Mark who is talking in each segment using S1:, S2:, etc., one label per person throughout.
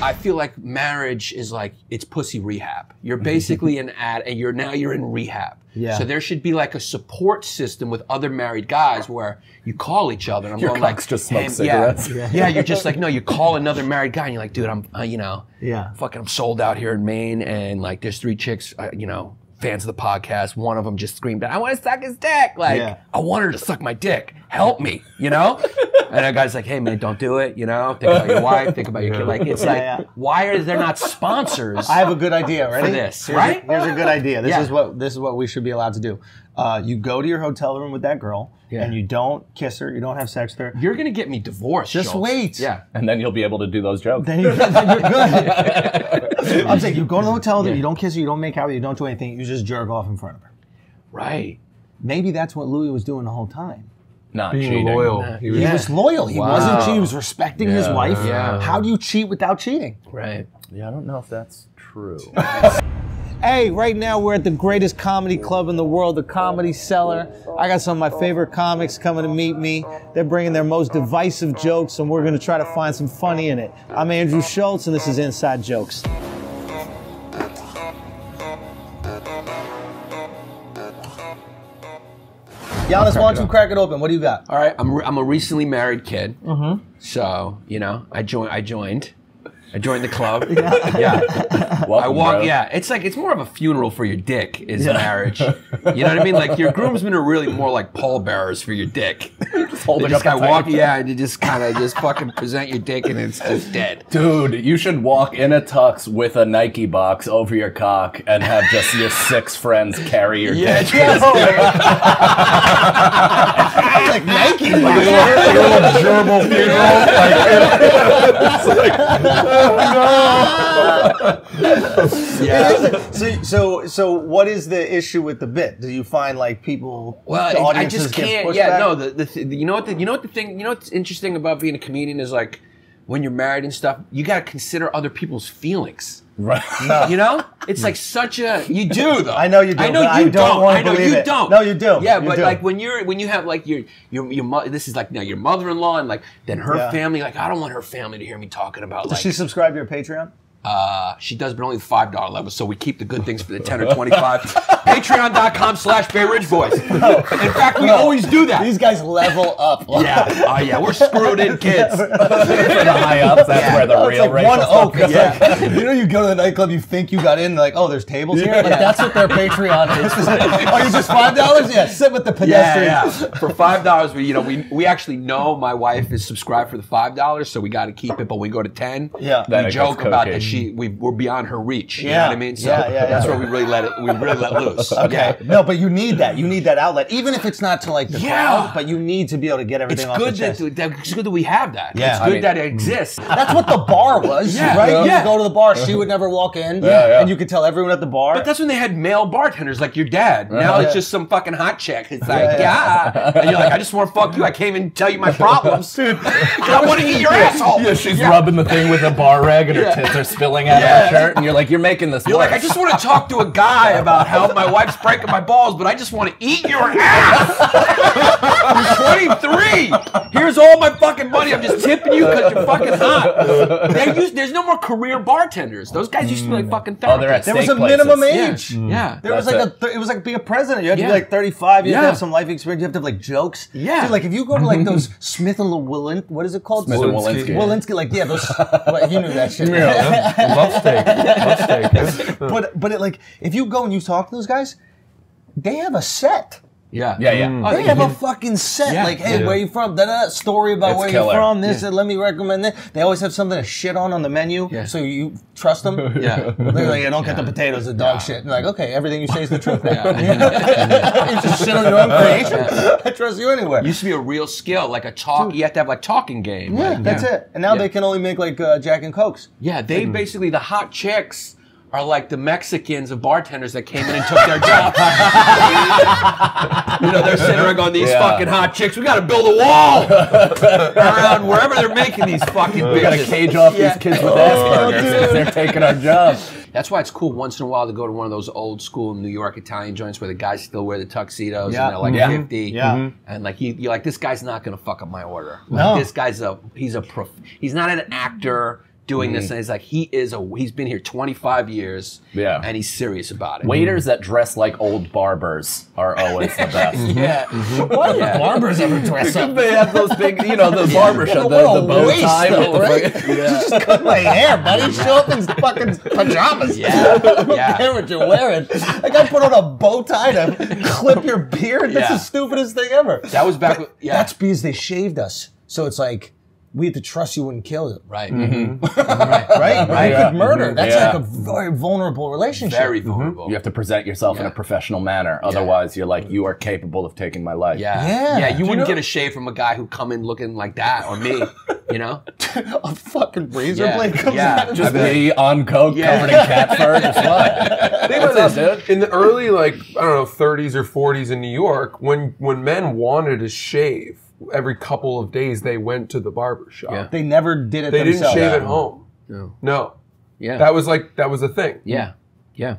S1: I feel like marriage is like it's pussy rehab. You're basically an ad, and you're now you're in rehab.
S2: Yeah.
S1: So there should be like a support system with other married guys where you call each other. And I'm
S3: Your
S1: going like,
S3: cocks just smoke
S1: "Hey,
S3: cigarettes."
S1: Yeah,
S3: Yeah.
S1: yeah. You're just like, no, you call another married guy, and you're like, dude, I'm, uh, you know,
S2: Yeah.
S1: fucking, I'm sold out here in Maine, and like, there's three chicks, uh, you know. Fans of the podcast, one of them just screamed, "I want to suck his dick!" Like,
S2: Yeah.
S1: I want her to suck my dick. Help me, you know? and a guy's like, hey, man, don't do it, you know? Think about your wife, think about your kid. Like, it's like,
S2: yeah.
S1: why are there not sponsors?
S2: I have a good idea. Ready?
S1: this,
S2: here's
S1: right?
S2: A, here's a good idea. This
S1: Yeah.
S2: is what this is what we should be allowed to do. Uh, you go to your hotel room with that girl,
S1: Yeah.
S2: and you don't kiss her. You don't have sex with her.
S1: You're going to get me divorced.
S2: Just
S1: Schultz.
S2: wait.
S1: Yeah.
S3: and then you'll be able to do those jokes.
S2: Then, you, then you're good. I'm saying you go to the hotel, you don't kiss her, you don't make out, with her, you don't do anything. You just jerk off in front of her.
S1: Right.
S2: Maybe that's what Louis was doing the whole time.
S3: Not
S4: Being
S3: cheating.
S4: loyal. He was,
S2: He was loyal. He
S3: Wow.
S2: wasn't cheating. He was respecting his
S3: Yeah.
S2: wife.
S1: Yeah.
S2: How do you cheat without cheating?
S1: Right.
S3: Yeah, I don't know if that's true.
S2: Hey, right now we're at the greatest comedy club in the world, the Comedy Cellar. I got some of my favorite comics coming to meet me. They're bringing their most divisive jokes, and we're going to try to find some funny in it. I'm Andrew Schultz, and this is Inside Jokes. Giannis, why don't you crack it open? What do you got?
S1: All right. I'm, re- I'm a recently married kid.
S2: Mm-hmm.
S1: So, you know, I, joined. I joined. I joined the club. yeah.
S3: Welcome,
S1: I walk.
S3: bro.
S1: Yeah, it's like it's more of a funeral for your dick is marriage. You know what I mean? Like your groomsmen are really more like pallbearers for your dick. just
S3: holding
S1: they just
S3: up
S1: kinda
S3: the
S1: walk.
S3: thing.
S1: Yeah, and you just kind of just fucking present your dick and it's just dead.
S3: Dude, you should walk in a tux with a Nike box over your cock and have just your six friends carry your
S1: Yeah,
S3: dick.
S1: yes,
S2: like Nike.
S4: like a little gerbil funeral. Like,
S2: so, so, so, what is the issue with the bit? Do you find like people?
S1: Well,
S2: the
S1: it- I
S2: audiences
S1: just
S2: give
S1: can't.
S2: pushback?
S1: Yeah, no. The, the th- you know what the you know what the thing you know what's interesting about being a comedian is like when you're married and stuff, you got to consider other people's feelings.
S3: Right.
S1: You know, it's like such a you do though.
S2: I know you do,
S1: I know
S2: but I
S1: you
S2: don't wanna
S1: I know
S2: believe
S1: you
S2: it.
S1: don't.
S2: No, you do.
S1: Yeah,
S2: You
S1: but
S2: do.
S1: like when you're when you have like your your your mo- this is like now your mother-in-law and like then her
S2: Yeah.
S1: family. Like I don't want her family to hear me talking about like
S2: Does she subscribe to your Patreon?
S1: uh, she does, but only the five dollar level. So we keep the good things for the ten or twenty five. Patreon.com slash Bay Ridge Boys. In fact, we always do that.
S2: These guys level up.
S1: Yeah. Oh, yeah. We're screwed in kids.
S3: For the high ups, that's where the
S2: It's
S3: real
S2: like
S3: racial
S2: one
S1: oh.
S2: oak.
S3: stuff
S2: It's like, you know, you go to the nightclub, you think you got in, like, oh, there's tables here. Like, that's what their Patreon is. oh, you just five dollars? Yeah, sit with the
S1: Yeah,
S2: pedestrian.
S1: yeah. For five dollars, we you know we we actually know my wife is subscribed for the five dollars, so we got to keep it. But when we go to ten,
S2: Yeah.
S1: we
S2: Then
S3: it
S1: joke
S3: gets
S1: about
S3: cooking.
S1: that she we we're beyond her reach. You
S2: Yeah.
S1: know what I mean? So
S2: Yeah, yeah, yeah.
S1: that's where we really let it. We really let loose.
S2: Okay. No, but you need that. You need that outlet, even if it's not to like the
S1: Yeah.
S2: crowd. But you need to be able to get
S1: It's
S2: everything off
S1: good
S2: the
S1: that,
S2: chest.
S1: that it's good that we have that.
S2: Yeah,
S1: it's
S2: I
S1: good
S3: mean-
S1: that it exists.
S2: That's what the bar was,
S1: Yeah.
S2: right? You
S1: Yeah.
S2: would go to the bar. She would never walk in,
S3: yeah.
S2: and you could tell everyone at the bar.
S1: But that's when they had male bartenders like your dad. Now
S3: Uh-huh.
S1: it's just some fucking hot chick. It's
S2: Yeah,
S1: like,
S2: yeah.
S1: yeah. And you're like, I just want to fuck you. I came in and tell you my problems. And I want to eat your asshole.
S3: Oh, Yeah, she's rubbing the thing with a bar rag and her tits are spilling out of her shirt, and you're like, you're making this
S1: You're
S3: work.
S1: like, I just want to talk to a guy about how my wife's breaking my balls, but I just want to eat your ass. I'm 23. Here's all my fucking money. I'm just tipping you because you're fucking hot. They used, there's no more career bartenders. Those guys used to be like fucking therapists.
S3: Oh, they're at
S2: there was a
S3: steak places.
S2: minimum
S1: yeah.
S2: age.
S1: yeah.
S2: There was
S3: That's
S2: like a th- it was like being a president. You had to
S1: Yeah.
S2: be like 35. You had to
S1: Yeah.
S2: have some life experience. You have to have like jokes.
S1: Yeah. Mm-hmm.
S2: So, like if you go to like those Smith and Lewin, what is it called?
S3: Smith and Wolinski. Wolinski.
S2: Wolinski, like yeah, those. well, he knew that shit.
S4: yeah. Love steak. Love steak.
S2: But but it, like if you go and you talk to those guys, they have a set.
S1: Yeah.
S3: yeah, yeah.
S1: Oh, they
S2: They have a fucking set.
S1: Yeah.
S2: Like, hey,
S4: Yeah.
S2: where you from? Da, da, da. Story about
S3: It's
S2: where
S3: killer.
S2: you're from. This. and Let me recommend that. They always have something to shit on on the menu,
S1: Yeah.
S2: so you trust them.
S1: Yeah.
S2: They're like, yeah, don't get the potatoes, the dog shit. And like, okay, everything you say is the truth now.
S1: Yeah.
S2: you just shit on your own creation. I trust you anywhere.
S1: used to be a real skill, like a talk. You have to have like talking game.
S2: yeah,
S1: like,
S2: that's it. And now they can only make like uh, Jack and Cokes.
S1: Yeah, they basically the hot chicks are like the Mexicans of bartenders that came in and took their job. you know, they're centering on these
S3: Yeah.
S1: fucking hot chicks. We got to build a wall around wherever they're making these fucking
S3: We gotta
S1: bitches.
S3: cage off
S1: Yeah. Oh,
S3: these kids with Asperger's because they're taking our jobs.
S1: That's why it's cool once in a while to go to one of those old school New York Italian joints where the guys still wear the tuxedos
S2: Yeah.
S1: and they're like
S3: Yeah.
S1: 50.
S2: Yeah. Mhm.
S1: And like you, you're like, this guy's not gonna fuck up my order. Like,
S2: No.
S1: This guy's a he's a prof- he's not an actor. doing this, and it's like he is a he's been here 25 years,
S3: Yeah.
S1: and he's serious about it.
S3: Waiters that dress like old barbers are always the best.
S1: yeah,
S2: Why do barbers ever dress up?
S3: They have those big, you know, the barber shop,
S2: What a
S3: the, the bow
S2: waste,
S3: tie.
S2: though,
S3: with the fucking- yeah.
S2: Cut my hair, buddy. Show up in fucking pajamas.
S1: yeah,
S2: I don't care
S1: yeah.
S2: what you're wearing. I got to put on a bow tie to clip your beard. That's
S1: Yeah.
S2: the stupidest thing ever.
S1: That was back. with- Yeah,
S2: That's because they shaved us. So it's like we had to trust you wouldn't kill it, right? right, right. You
S3: Yeah.
S2: could murder.
S3: Mhm.
S2: That's
S3: Yeah.
S2: like a very vulnerable relationship.
S1: Mm-hmm. very vulnerable.
S3: You have to present yourself in
S1: Yeah.
S3: a professional manner. Otherwise, you're like, you are capable of taking my life.
S1: Yeah.
S2: Yeah.
S1: Yeah. You
S2: Do you
S1: wouldn't
S2: know-
S1: get a shave from a guy who come in looking like that or me, you know?
S2: a fucking razor
S1: Yeah.
S2: blade comes
S1: Yeah.
S2: out. of
S3: Just me on coke,
S1: Yeah.
S3: covered in cat fur. Just what?
S5: Think about
S3: What's
S5: this.
S3: up, dude?
S5: In the early, like I don't know, 30s or 40s in New York, when when men wanted to shave every couple of days, they went to the barber shop.
S1: Yeah.
S2: They never did it
S5: They didn't
S2: themselves.
S5: shave at home. No.
S1: Yeah.
S5: That was like that was a thing.
S1: yeah. Yeah.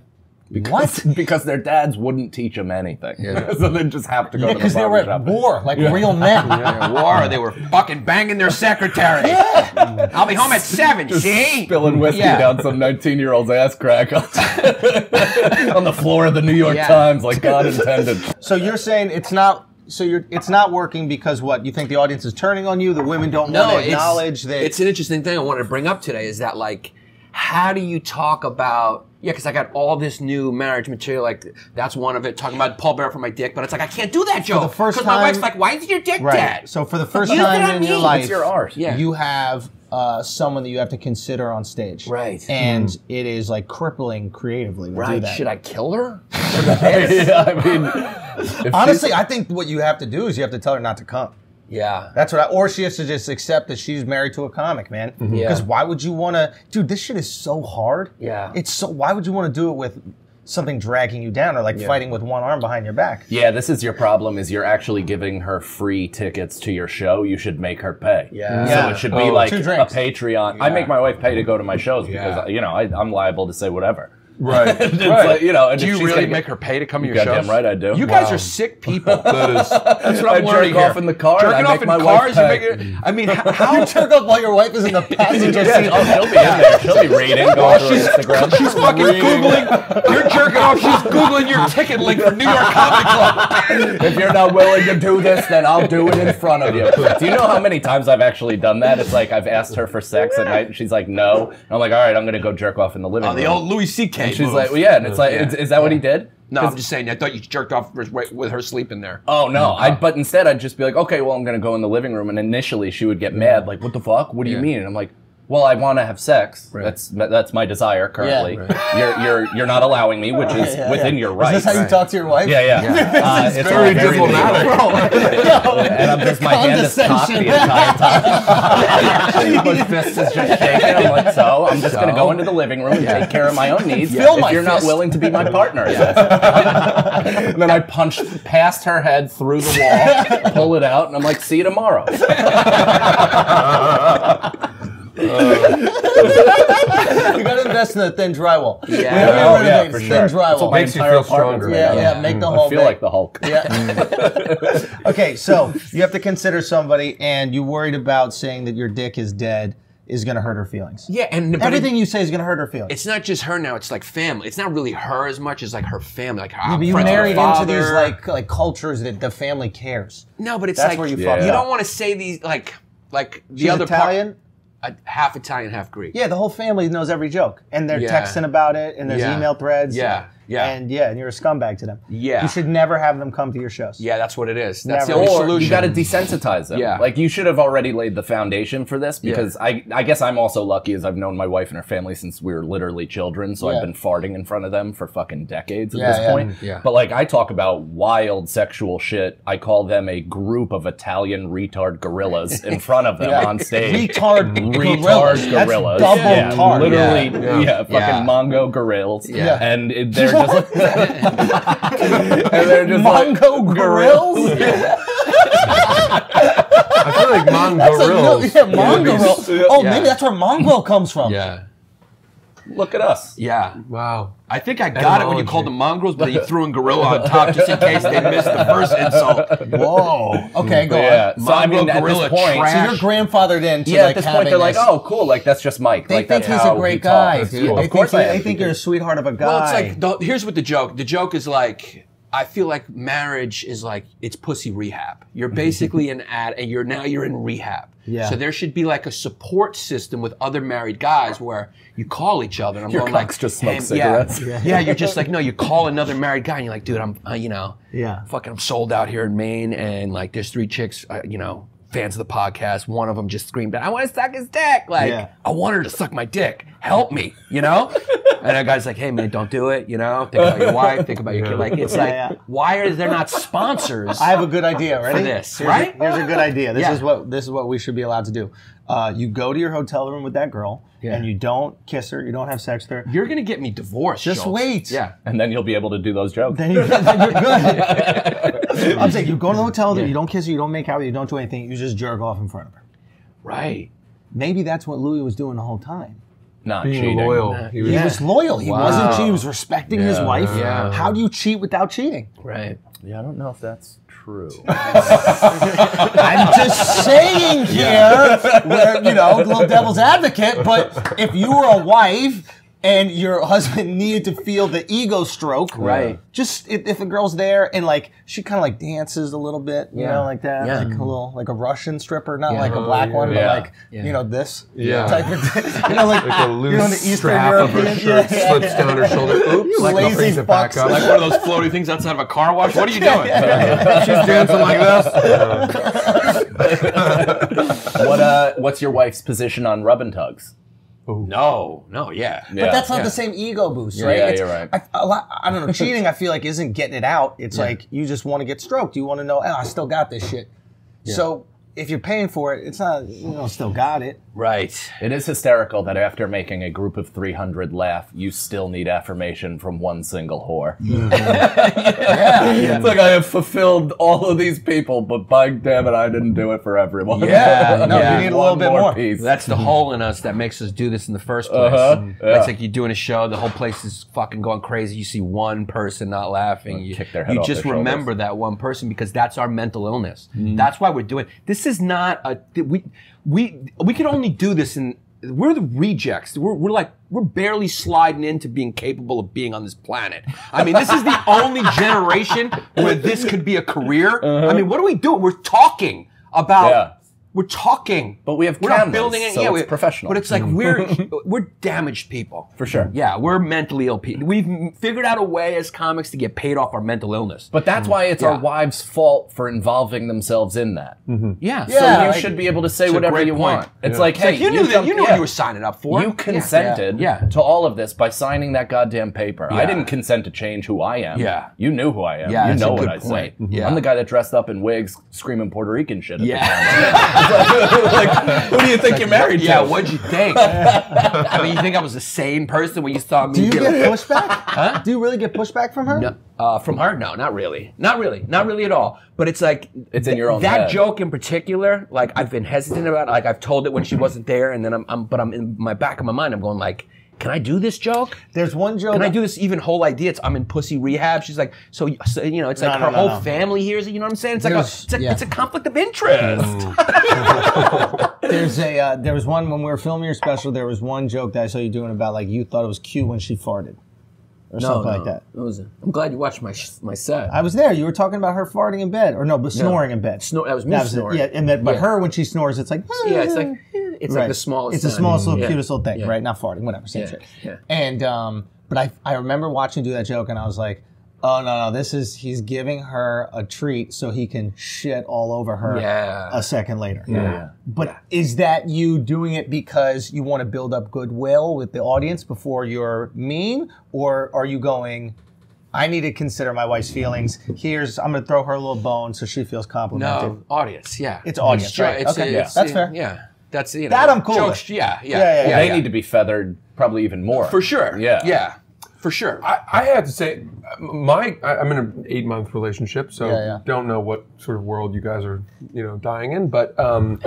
S2: What?
S3: Because their dads wouldn't teach them anything.
S1: Yeah.
S3: so they just have to go to
S2: Because
S3: the
S2: they were
S3: barber
S2: at
S3: shop.
S2: war, like real men.
S1: They were war. They were fucking banging their secretary. I'll be home at seven. See?
S3: Spilling whiskey
S1: Yeah.
S3: down some 19 year old's ass crack on, on the floor of the New York
S1: Yeah.
S3: Times, like God intended.
S6: So you're saying it's not. So you're. It's not working because what? You think the audience is turning on you? The women don't
S1: No,
S6: want to
S1: it's,
S6: acknowledge that.
S1: it's an interesting thing I wanted to bring up today is that like, how do you talk about? Yeah, because I got all this new marriage material. Like that's one of it. Talking about Paul Bear for my dick, but it's like I can't do that joke.
S6: the first
S1: because my
S6: time-
S1: wife's like, "Why is your dick
S6: right.
S1: dead?"
S6: So for the first
S1: You know what
S6: time
S1: I
S6: in your
S1: mean?
S6: life,
S1: It's
S3: your art.
S1: Yeah.
S6: you have uh, someone that you have to consider on stage,
S1: Right. Hmm.
S6: And it is like crippling creatively to do
S1: right?
S6: that.
S1: Should I kill her?
S3: yeah, I mean, if
S2: Honestly, I think what you have to do is you have to tell her not to come.
S1: Yeah.
S2: That's what I, or she has to just accept that she's married to a comic, man. Because
S1: Yeah.
S2: why would you want to, dude? This shit is so hard.
S1: Yeah.
S2: It's so. Why would you want to do it with something dragging you down or like fighting with one arm behind your back?
S3: Yeah, this is your problem. Is you're actually giving her free tickets to your show? You should make her pay.
S1: Yeah.
S3: So
S2: Yeah.
S3: it should be
S5: Oh.
S3: like a
S2: Two drinks.
S3: Patreon. I make my wife pay to go to my shows
S1: Yeah.
S3: because you know I, I'm liable to say whatever.
S5: Right.
S3: It's
S5: right.
S3: like, you know, and
S5: do
S3: if
S5: you
S3: she's
S5: really
S3: gonna
S5: make
S3: get-
S5: her pay to come to your
S3: Goddamn
S5: shows?
S3: right, I do.
S1: You guys are sick people.
S5: That is.
S1: That's what
S3: I
S1: I'm learning
S3: jerk off
S1: here.
S3: in the car and I
S1: Jerking
S3: make
S1: off in
S3: my wife
S1: cars. You
S3: pay.
S1: make it, I mean, h- how?
S2: Jerk up while your wife is in the passenger
S3: Yeah,
S2: seat.
S3: oh, she'll be in there. She'll be reading, going through
S1: she's-
S3: Instagram.
S1: She's fucking googling. You're jerking off. She's googling your ticket link for New York Comedy Club.
S3: if you're not willing to do this, then I'll do it in front of you. Do you know how many times I've actually done that? It's like I've asked her for sex at night, and she's like, "No." And I'm like, "All right, I'm gonna go jerk off in the living
S1: Oh, the
S3: room."
S1: old Louis C.K.
S3: and she's
S1: move.
S3: like, well, "Yeah," and it's like,
S1: Yeah.
S3: is, "Is that what he did?"
S1: no, I'm just saying. I thought you jerked off with- with her sleeping there.
S3: Oh no! I but instead I'd just be like, okay, well I'm gonna go in the living room, and initially she would get mad, like, what the fuck? What do you
S1: Yeah.
S3: mean? And I'm like, well, I want to have sex. That's that's my desire currently. You're you're you're not allowing me, which is
S2: Yeah,
S3: within
S2: yeah.
S3: your rights.
S2: Is this how you talk to your wife?
S3: yeah, yeah. Uh, it's all
S5: very
S3: legal.
S5: diplomatic.
S3: and I'm just my hand is cocked the entire time. My fist is just shaking. I'm like, so I'm just gonna go into the living room and take care of my own needs.
S2: Feel
S3: if
S2: my
S3: you're not
S2: fist.
S3: willing to be my partner, and then I punch past her head through the wall, pull it out, and I'm like, see you tomorrow.
S2: You gotta invest in the thin drywall.
S1: Yeah.
S2: Whatever you
S1: Oh,
S2: wanna
S3: yeah,
S2: do,
S3: for
S2: thin
S3: sure.
S2: drywall.
S5: Makes you
S3: entire
S5: feel
S3: apartment
S5: stronger.
S3: right
S2: yeah,
S3: now.
S2: yeah, make the whole
S3: Mm. I feel like the Mm. Hulk.
S2: Yeah. okay, so you have to consider somebody, and you worried about saying that your dick is dead is going to hurt her feelings.
S1: Yeah, and but it-
S2: Everything you say is going to hurt her feelings.
S1: it's not just her now. It's like family. It's not really her as much as like her family. Like her,
S2: But you
S1: friends with her
S2: married into these
S1: father.
S2: like like cultures that the family cares.
S1: no, but it's
S2: That's
S1: like
S2: where you
S1: you,
S2: fucked
S3: Yeah.
S2: up.
S1: don't want to say these like like the
S2: She's
S1: other
S2: Italian.
S1: part, uh, half Italian, half Greek.
S2: yeah, the whole family knows every joke, and they're
S1: Yeah.
S2: texting about it, and there's
S1: Yeah.
S2: email threads.
S1: Yeah, yeah.
S2: and yeah, and you're a scumbag to them.
S1: Yeah.
S2: you should never have them come to your shows.
S1: Yeah, that's what it is. That's the
S2: Never.
S1: only
S3: or
S1: solution.
S3: you got to desensitize them.
S1: Yeah.
S3: Like you should have already laid the foundation for this because I I guess I'm also lucky as I've known my wife and her family since we were literally children, so
S2: Yeah.
S3: I've been farting in front of them for fucking decades at
S2: Yeah,
S3: this
S2: yeah.
S3: point.
S1: Yeah.
S3: But like I talk about wild sexual shit. I call them a group of Italian retard gorillas in front of them
S2: Yeah.
S3: on stage.
S2: Retard, gorillas.
S3: Retard gorillas.
S2: That's double
S3: yeah,
S2: tar.
S3: Literally,
S5: Yeah.
S3: yeah, fucking
S1: Yeah.
S3: Mongo gorillas.
S1: Yeah.
S3: And it- they're just and they're just like,
S2: Mongo gorillas.
S5: I feel like
S2: That's a- no,
S5: mongorillas.
S2: yeah, mongrel. Oh, maybe that's where mongrel comes from.
S1: yeah.
S3: Look at us.
S1: Yeah.
S5: Wow.
S1: I think I got it when you
S5: Etymology.
S1: called them mongrels, but you threw in gorilla on top just in case they missed the first insult.
S2: Whoa. Okay, go
S3: Yeah.
S2: on.
S3: So I mean,
S1: Mongrel,
S3: at
S1: gorilla,
S3: this point,
S1: trash.
S2: So you're grandfathered into
S3: yeah,
S2: like
S3: at this
S2: having
S3: point, they're like,
S2: this-
S3: oh, cool, like that's just Mike.
S2: They
S3: like,
S2: think
S3: that's
S2: he's
S3: how
S2: a
S3: he
S2: great guy.
S3: talks.
S2: They
S3: That's cool.
S2: think
S3: Of course,
S2: he-
S3: I
S2: they
S3: am.
S2: think you're a sweetheart of a guy.
S1: Well, it's like the, here's what the joke. The joke is like I feel like marriage is like it's pussy rehab. You're basically an ad, and you're now you're in rehab.
S2: Yeah.
S1: So there should be like a support system with other married guys where you call each other. And I'm
S3: Your
S1: going like,
S3: cocks just smoke
S1: "Hey,
S3: cigarettes."
S1: Yeah, yeah, you're just like no. You call another married guy and you're like, dude, I'm uh, you know,
S2: Yeah.
S1: fucking, I'm sold out here in Maine, and like there's three chicks, uh, you know. Fans of the podcast, one of them just screamed, "I want to suck his dick!" Like,
S2: Yeah.
S1: I want her to suck my dick. Help me, you know? and a guy's like, hey, man, don't do it, you know? Think about your wife, think about your kid. Like, it's like,
S2: yeah.
S1: why are there not sponsors?
S2: I have a good idea, ready?
S1: this,
S2: here's
S1: right?
S2: A, here's a good idea. This
S1: Yeah.
S2: is what this is what we should be allowed to do. Uh, you go to your hotel room with that girl, and you don't kiss her, you don't have sex with her.
S1: You're going to get me divorced.
S2: Just
S1: Schultz.
S2: wait.
S1: Yeah.
S3: and then you'll be able to do those jokes.
S2: Then, you, then you're good. I'm saying you go to the hotel, you don't kiss her, you don't make out, with her, you don't do anything, you just jerk off in front of her.
S1: Right.
S2: Maybe that's what Louis was doing the whole time.
S3: Not
S5: Being
S3: cheating.
S5: loyal. He was
S2: He was loyal. He wasn't cheating. He was respecting his
S3: Yeah.
S2: wife.
S1: Yeah.
S2: How do you cheat without cheating?
S1: Right.
S3: Yeah, I don't know if that's true.
S2: I'm just saying here, where, you know, little devil's advocate, but if you were a wife and your husband needed to feel the ego stroke,
S1: Right.
S2: Just if, if a girl's there and like she kind of like dances a little bit, you
S1: Yeah.
S2: know, like that,
S1: Yeah.
S2: like a little like a Russian stripper, not
S1: Yeah.
S2: like a black
S5: Oh,
S2: one,
S3: yeah.
S2: but like you know this
S5: Yeah.
S2: type of, you know, like,
S5: like a loose
S2: you know, the Eastern
S5: strap of her
S2: European,
S5: shirt
S2: yeah,
S5: slips down her shoulder. Oops, like
S2: lazy
S5: brings it back
S2: fucks.
S5: up.
S1: Like one of those floaty things outside of a car wash. What are you doing? She's dancing like this.
S3: what uh, what's your wife's position on rub and tugs?
S1: No. No, yeah.
S3: Yeah.
S2: But that's not
S1: yeah.
S2: the same ego boost,
S3: Yeah,
S2: right?
S3: yeah,
S2: It's-
S3: you're right.
S2: I, a lot, I don't know. Cheating, I feel like, isn't getting it out. It's like you just want to get stroked. You want to know, oh, I still got this shit. So if you're paying for it, it's not, you know, still got it.
S1: Right.
S3: It is hysterical that after making a group of 300 laugh, you still need affirmation from one single whore. It's like I have fulfilled all of these people, but by damn it, I didn't do it for everyone.
S1: Yeah, no, you
S2: need a little
S3: One
S2: bit more.
S3: Piece.
S1: That's the hole in us that makes us do this in the first place.
S3: Uh-huh, yeah.
S1: It's like you're doing a show, the whole place is fucking going crazy. You see one person not laughing, you,
S3: kick their head
S1: you
S3: off
S1: just
S3: their Mm-hmm.
S1: remember that one person because that's our mental illness. That's why we're doing. This is not a th- we we we can only do this in. We're the rejects. We're, we're like we're barely sliding into being capable of being on this planet. I mean, this is the only generation where this could be a career. I mean, what do we do? We're talking about.
S3: Uh-huh. Yeah.
S1: We're talking,
S3: But we have
S1: we're
S3: cameras,
S1: not building it.
S3: so
S1: yeah,
S3: it's
S1: we,
S3: professional.
S1: But it's like we're we're damaged people
S3: For sure.
S1: Yeah, we're mentally ill people. We've m- figured out a way as comics to get paid off our mental illness.
S3: But that's why it's
S1: Yeah. Mm-hmm.
S3: our wives' fault for involving themselves in that.
S1: yeah,
S3: So
S2: Yeah,
S3: you
S2: like-
S3: should be able to say
S1: a
S3: whatever
S1: great
S3: you
S1: point.
S3: want. It's like,
S1: It's like,
S3: hey,
S1: you knew that
S3: jumped-
S1: you knew what
S3: yeah.
S1: you were signing up for.
S3: You
S1: Yeah.
S3: consented
S1: Yeah.
S3: to all of this by signing that goddamn paper. I
S1: Yeah.
S3: didn't consent to change who I am.
S1: Yeah.
S3: You knew who I am.
S1: Yeah,
S3: you
S1: that's
S3: know
S1: a
S3: what
S1: good
S3: I say. Mm-hmm.
S1: point. Yeah.
S3: I'm the guy that dressed up in wigs screaming Puerto Rican shit at
S1: Yeah.
S3: the time. like, who do you think you're married
S1: Yeah,
S3: to?
S1: what'd you think? I mean, you think I was the same person when you saw me?
S2: Do you
S1: get-
S2: get pushback? huh? Do you really get pushback from her?
S1: No, uh, from her? No, not really. Not really. Not really at all. But it's like
S3: It's in your own
S1: That
S3: head.
S1: joke in particular, like I've been hesitant about. Like I've told it when she wasn't there, and then I'm, I'm but I'm in my back of my mind. I'm going like, can I do this joke?
S2: There's one joke.
S1: Can I do this even whole idea? It's I'm in pussy rehab. She's like, so, y- so, you know, it's like
S2: No, no,
S1: her
S2: no,
S1: whole
S2: no.
S1: family hears it. You know what I'm saying? It's like a,
S2: There's-
S1: it's, a,
S2: yeah. Mm,
S1: it's a conflict of interest.
S2: There's a uh, there was one when we were filming your special. There was one joke that I saw you doing about like you thought it was cute when she farted or something like that.
S1: I'm glad you watched my sh- my set.
S2: I was there. You were talking about her farting in bed or no, but snoring in bed.
S1: Snor- that was me
S2: That was it.
S1: snoring.
S2: Yeah, and that but
S1: Yeah.
S2: her when she snores, it's like
S1: yeah, it's like eh, it's
S2: Right.
S1: like the smallest.
S2: It's the
S1: sound.
S2: smallest little
S1: Yeah.
S2: cutest little thing,
S1: Yeah.
S2: right? Not farting, whatever. Same
S1: Yeah,
S2: shit.
S1: yeah.
S2: And um, but I I remember watching you do that joke, and I was like, oh no no, this is he's giving her a treat so he can shit all over her
S1: Yeah.
S2: a second later. But is that you doing it because you want to build up goodwill with the audience before you're mean, or are you going? I need to consider my wife's feelings. Here's I'm going to throw her a little bone so she feels complimented.
S1: No, audience. Yeah,
S2: It's audience,
S1: jo-
S2: right. Okay,
S1: it's-
S2: that's fair.
S1: Yeah, that's you know,
S2: That I'm cool
S1: jokes-
S2: with.
S1: yeah, yeah,
S2: Yeah, yeah,
S1: yeah,
S2: yeah.
S3: they need to be feathered probably even more.
S1: for sure.
S3: Yeah.
S1: yeah. for sure.
S5: I, I have to say, my I, I'm in an eight month relationship, so
S2: Yeah, yeah.
S5: don't know what sort of world you guys are, you know, dying in. But um,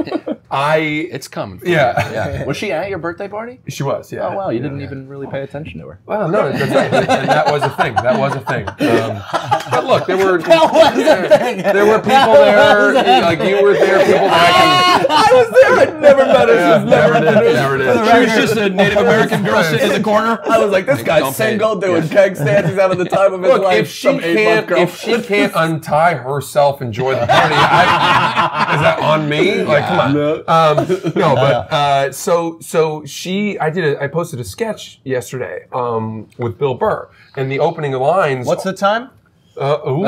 S5: I,
S1: it's coming.
S5: yeah,
S3: Yeah. Was she at your birthday party?
S5: she was, yeah.
S3: Oh wow, you didn't even really pay attention to her.
S5: Well, no, that's right. and that was a thing. That was a thing. Um, but look, there were there were people there, like you were there, people that I
S3: I was there. I never met her.
S5: can. Yeah, never did, never did.
S1: She was just a Native American girl sitting in the corner.
S3: I was like, this guy's
S1: Don't pay.
S3: single, doing keg stands. He's out of the time of his
S5: Look,
S3: life.
S5: if she
S3: Some eight-month
S5: can't,
S3: girl.
S5: if she can't untie herself and join the party, I, is that on me? Like, come on. No, um, no but uh, so so she, I did, a, I posted a sketch yesterday um, with Bill Burr, and the opening lines.
S2: What's the time?
S5: Uh, ooh.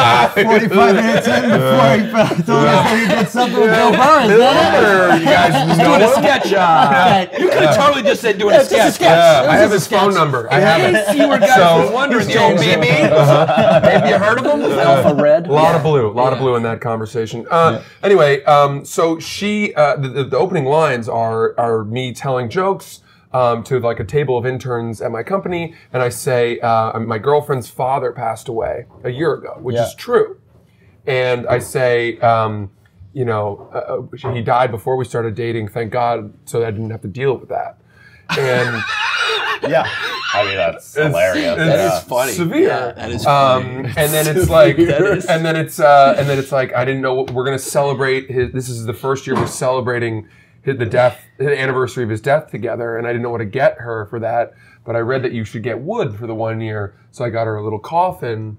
S6: 45 minutes in before he felt you did something with Bill Burr. Is that
S5: Burr, you guys know
S1: Doing a
S5: him?
S1: sketch. You could have totally just said doing a
S2: It's just a
S1: sketch.
S2: sketch.
S5: Yeah, I have his phone number. I have it.
S1: you were guys
S5: So-
S1: were wondering, Uh,
S5: He's
S1: yo,
S5: changing.
S1: BB, have you heard of him?
S3: Alpha red.
S5: A lot of blue, a lot of blue in that conversation. Uh, Anyway, um, so she, uh, the, the, the opening lines are are me telling jokes um, to like a table of interns at my company, and I say uh, my girlfriend's father passed away a year ago, which is true, and I say. Um, you know, uh, uh, he died before we started dating. Thank God, so I didn't have to deal with that. And
S2: Yeah.
S3: I mean, that's hilarious.
S5: It's
S3: yeah.
S1: funny.
S5: Severe.
S1: Yeah, that is
S5: Um, and then it's like,
S1: That is-
S5: and then it's, uh, and then it's like, I didn't know what we're gonna celebrate. His, this is the first year we're celebrating his, the death, the anniversary of his death together, and I didn't know what to get her for that. But I read that you should get wood for the one year, so I got her a little coffin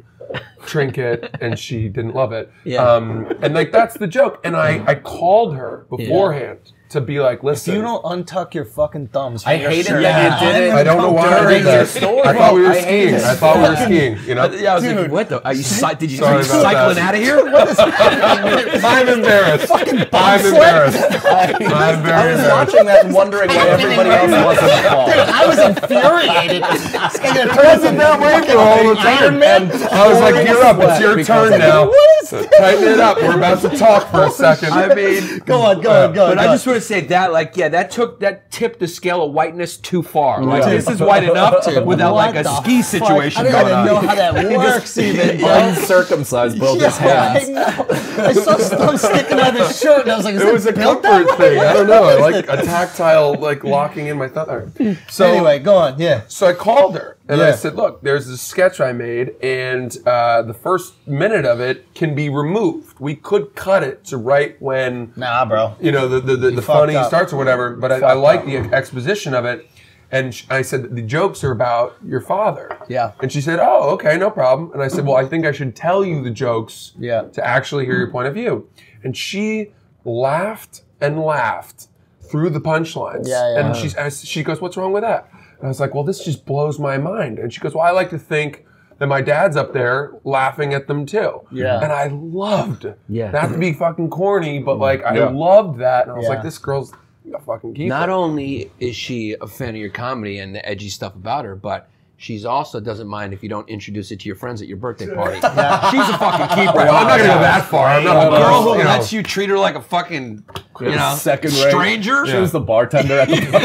S5: trinket, and she didn't love it.
S1: Yeah.
S5: Um, and like that's the joke. And I, I called her beforehand to be like, listen,
S2: You don't untuck your fucking thumbs. from
S3: I
S2: your
S3: hated
S2: shirt.
S3: that you did it.
S5: I don't know why I
S3: during
S5: did
S3: your
S5: that.
S3: story.
S5: I thought we were
S3: I hate
S5: skiing.
S3: it.
S5: I thought we were skiing. You know.
S1: Yeah, I was like, what the? Are you, cy- did you,
S5: Sorry
S1: are you
S5: about
S1: cycling
S5: that.
S1: out of here? What is
S5: I'm embarrassed. I'm embarrassed. I'm very
S3: I was
S5: embarrassed.
S3: watching that and wondering why everybody else wasn't involved.
S2: I was infuriated. This guy gonna turn
S5: Wasn't that way for all the time? I was like, "Gear up! It's your turn now. Tighten it up. We're about to talk for a second.
S1: I mean,
S2: Go on, go on, go on.
S1: but I
S2: go on.
S1: just want to say that, like, yeah, that took that tipped the scale of whiteness too far. Like,
S5: Yeah.
S1: this is white enough without like a
S2: What the
S1: ski
S2: fuck?
S1: situation
S2: I don't
S1: going
S2: even
S1: on.
S2: know how that works even. bro.
S3: Uncircumcised built his
S2: I
S3: hands.
S2: know. I saw stuff sticking out of his shirt, and I was like, "Is
S5: It was a
S2: built that
S5: comfort thing. I don't know. I like a tactile, like locking in my thumb. All right. So
S2: way?" Anyway, go on. Yeah.
S5: So I called her and I
S2: Yeah.
S5: said, "Look, there's this sketch I made, and uh, the first minute of it can be removed. We could cut it to right when
S2: Nah, bro.
S5: you know the the, the, the
S2: fucked
S5: funny
S2: up.
S5: starts or whatever. But I, I like the exposition of it." And sh- I said, "The jokes are about your father."
S2: Yeah.
S5: And she said, "Oh, okay, no problem." And I said, "Well, I think I should tell you the jokes
S2: Yeah.
S5: to actually hear your point of view." And she laughed and laughed through the punchlines.
S2: Yeah, yeah.
S5: And she's I s- she goes, "What's wrong with that?" And I was like, "Well, this just blows my mind." And she goes, "Well, I like to think that my dad's up there laughing at them too."
S2: Yeah.
S5: And I loved.
S1: Yeah. Mm.
S5: Not to be fucking corny, but like I
S3: Yeah.
S5: loved that, and I was
S2: Yeah.
S5: like, "This girl's a fucking geek."
S1: Not only is she a fan of your comedy and the edgy stuff about her, but she's also doesn't mind if you don't introduce it to your friends at your birthday party. She's a fucking keeper.
S5: I'm not gonna go that far. I'm not
S3: Wow.
S5: a
S1: A girl who
S5: you know.
S1: lets you treat her like a fucking you know
S3: Second rate.
S1: stranger.
S3: She was the bartender at the bar.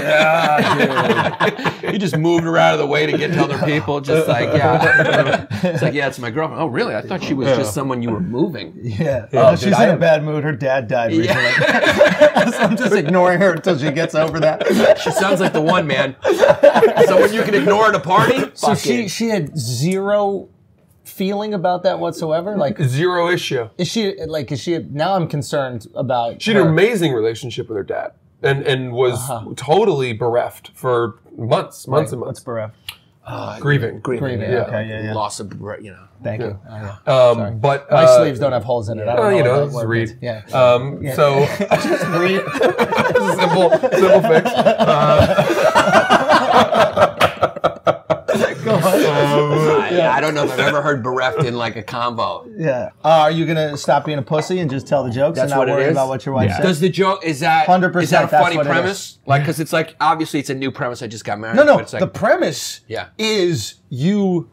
S1: You just moved her out of the way to get to other people. Just like yeah, it's like yeah, it's my girlfriend. Oh really? I thought she was just someone you were moving.
S2: Yeah.
S3: Oh,
S2: she's
S3: dude,
S2: in
S3: I-
S2: a bad mood. Her dad died recently. So I'm just ignoring her until she gets over that.
S1: She sounds like the one man. Someone you can ignore at a party.
S2: So
S1: Fuck
S2: she
S1: it.
S2: she had zero feeling about that whatsoever. Like
S5: Zero issue.
S2: is she like is she now I'm concerned about
S5: She had an
S2: her.
S5: amazing relationship with her dad, and and was
S1: Uh-huh.
S5: totally bereft for months, months and
S2: What's
S5: months,
S2: bereft?
S5: grieving.
S2: Grieving.
S5: Yeah.
S2: Okay, yeah, yeah.
S1: Loss of bre- you know.
S2: Thank you. Oh, yeah.
S5: Um, but
S2: My
S5: uh,
S2: sleeves don't have holes in it. I don't
S5: well,
S2: know.
S5: you
S2: what
S5: know,
S2: that
S5: just
S2: word
S5: read.
S2: means. Yeah.
S5: Um, So
S2: read.
S5: simple, simple fix.
S1: I, I don't know if I've ever heard bereft in like a convo.
S2: Yeah. Uh, are you gonna stop being a pussy and just tell the jokes
S1: That's
S2: and not
S1: what it
S2: worry
S1: is?
S2: about what your wife said?
S1: Does the joke is that
S2: 100%,
S1: is that a
S2: that's
S1: funny
S2: what it is.
S1: premise? Like, because it's like obviously it's a new premise. I just got married.
S2: No, no.
S1: but it's like,
S2: the premise
S1: Yeah.
S2: is you.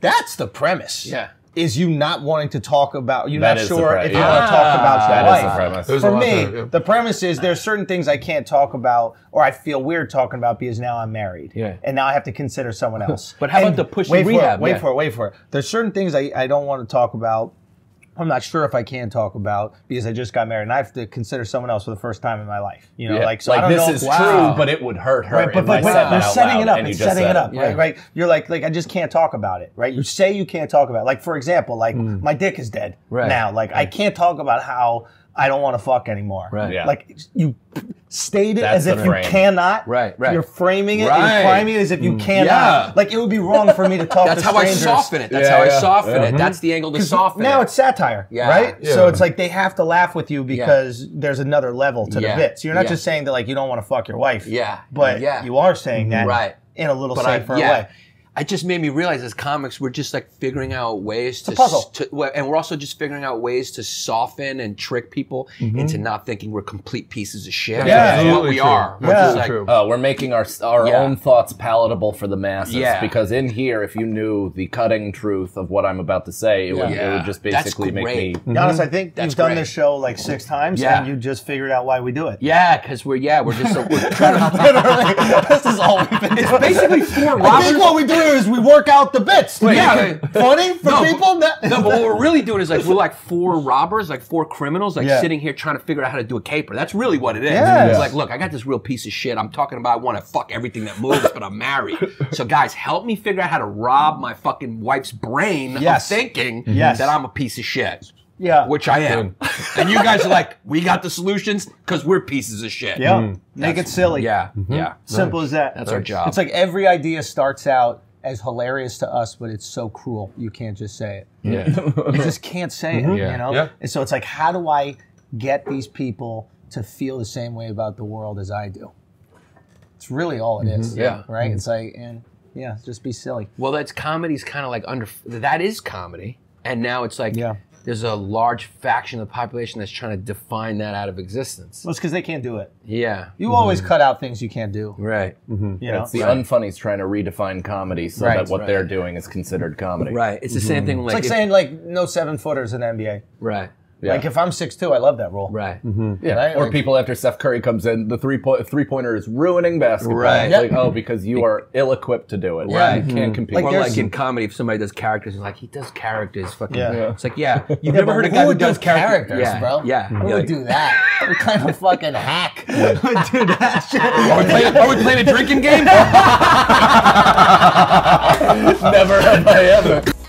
S2: That's the premise.
S1: Yeah.
S2: is you not wanting to talk about you're
S3: That
S2: not
S3: is the
S2: sure
S3: pre-
S2: if you
S3: yeah.
S2: want to talk about your
S3: That is
S2: life.
S3: the premise.
S5: There's a
S2: For
S5: lot
S2: me,
S5: there, yeah.
S2: the premise is there's certain things I can't talk about or I feel weird talking about because now I'm married.
S1: Yeah.
S2: And now I have to consider someone else.
S1: But how
S2: And
S1: about the push
S2: wait
S1: and
S2: for
S1: rehab?
S2: It, wait
S1: Yeah.
S2: for it, wait for it. There's certain things I, I don't want to talk about. I'm not sure if I can talk about because I just got married and I have to consider someone else for the first time in my life. You know,
S3: Yeah.
S2: like so I don't
S3: this
S2: know
S3: is
S2: if- Wow.
S3: true, but it would hurt her.
S2: Right, but,
S3: if
S2: but,
S3: I
S2: but
S3: said that
S2: you're
S3: out
S2: setting
S3: loud,
S2: it up.
S3: and you
S2: It's
S3: just
S2: setting
S3: said
S2: it up,
S3: it.
S2: right? Right. You're like, like I just can't talk about it, right? You say you can't talk about it. Like for example, like
S3: Hmm.
S2: my dick is dead
S1: Right.
S2: now. Like I can't talk about how I don't want to fuck anymore.
S1: Right.
S3: Yeah.
S2: Like you state it
S3: That's
S2: as if
S3: the
S2: you
S3: frame.
S2: cannot.
S1: Right, right.
S2: You're framing it.
S1: Right.
S2: You're framing it as
S3: Hmm.
S2: if you cannot.
S1: yeah.
S2: Like it would be wrong for me to talk.
S1: That's
S2: to
S1: how I
S2: strangers.
S1: soften it. That's
S3: Yeah,
S1: how I
S3: yeah.
S1: soften
S5: Uh-huh.
S1: it. That's the angle to soften
S2: Now
S1: it.
S2: it's satire,
S1: Yeah.
S2: right?
S5: Yeah.
S2: So it's like they have to laugh with you because there's another level to
S1: Yeah.
S2: the bit. So you're not
S1: Yeah.
S2: just saying that like you don't want to fuck your wife.
S1: Yeah.
S2: But
S1: Yeah.
S2: you are saying that
S1: Right.
S2: in a little
S1: but I,
S2: safer
S1: yeah,
S2: way.
S1: It just made me realize as comics, we're just like figuring out ways to,
S2: puzzle.
S1: to- well, and we're also just figuring out ways to soften and trick people into not thinking we're complete pieces of shit.
S5: Mm-hmm. Yeah.
S1: That's what
S5: Absolutely
S1: we
S5: true.
S1: are. We're
S2: Yeah.
S1: just like,
S5: True.
S3: Uh, we're making our our
S1: Yeah.
S3: own thoughts palatable for the masses
S1: Yeah.
S3: because in here, if you knew the cutting truth of what I'm about to say, it, would, it
S1: Yeah.
S3: would just
S1: That's
S3: basically make me.
S1: great.
S2: Giannis, I think
S1: That's
S2: you've done
S1: great.
S2: this show like six times,
S1: Yeah.
S2: and you just figured out why we do it.
S1: yeah, because we're yeah, we're just we're trying to
S2: Literally, this is all we've been doing.
S1: basically four
S2: I think
S1: Robert.
S2: what we do is we work out the bits. to
S1: Wait,
S2: make it funny for
S1: No.
S2: people. That,
S1: No, but what we're really doing is like we're like four robbers, like four criminals, like
S2: Yeah.
S1: sitting here trying to figure out how to do a caper. That's really what it is.
S2: Yes.
S1: It's like, look, I got this real piece of shit. I'm talking about I want to fuck everything that moves, but I'm married. So guys, help me figure out how to rob my fucking wife's brain
S2: Yes. Mm-hmm.
S1: of thinking
S2: Yes.
S1: that I'm a piece of shit.
S2: yeah,
S1: Which I am. and you guys are like, we got the solutions because we're pieces of shit.
S2: yeah, Mm-hmm. make it silly.
S1: Yeah. Yeah.
S2: simple as that.
S1: That's our job.
S2: It's like every idea starts out as hilarious to us, but it's so cruel. You can't just say it.
S1: Uh-huh.
S2: you just can't say it.
S7: Yeah.
S1: Mm-hmm.
S2: You know.
S5: Yeah.
S2: And so it's like, how do I get these people to feel the same way about the world as I do? It's really all it is.
S1: Mm-hmm. Yeah. Mm-hmm.
S2: Right. It's like and. Yeah, just be silly.
S1: Well, that's comedy's kind of like under that is comedy, and now it's like
S2: Yeah.
S1: there's a large faction of the population that's trying to define that out of existence.
S2: Well, it's because they can't do it.
S1: Yeah,
S2: You always cut out things you can't do.
S1: right,
S2: You know,
S3: It's the unfunny's trying to redefine comedy so
S2: Right,
S3: that what
S1: right.
S3: they're doing is considered comedy.
S1: right. It's the same thing.
S2: Mm-hmm. it's
S1: Like,
S2: like
S1: if-
S2: saying like no seven footers in the NBA.
S1: right,
S3: Yeah.
S2: Like if I'm six two, I love that rule.
S1: right.
S3: Yeah.
S2: Right?
S3: Or
S2: Like-
S3: people after Steph Curry comes in, the three point three pointer is ruining basketball.
S1: Right.
S3: It's Like, oh, because you are ill equipped to do it.
S1: Right.
S3: You can't compete.
S2: Like,
S1: Or
S2: there's-
S1: like in comedy, if somebody does characters, it's like he does characters. Fucking,
S2: Yeah. Yeah.
S1: it's like yeah, you've never
S2: but
S1: heard a
S2: who
S1: guy who
S2: would do
S1: does characters,
S2: characters,
S1: yeah,
S2: bro?
S1: Yeah,
S2: Who
S1: Yeah,
S2: would do that? What kind of fucking hack would do that shit?
S1: Are we, playing, are we playing a drinking game?
S3: Never have I ever.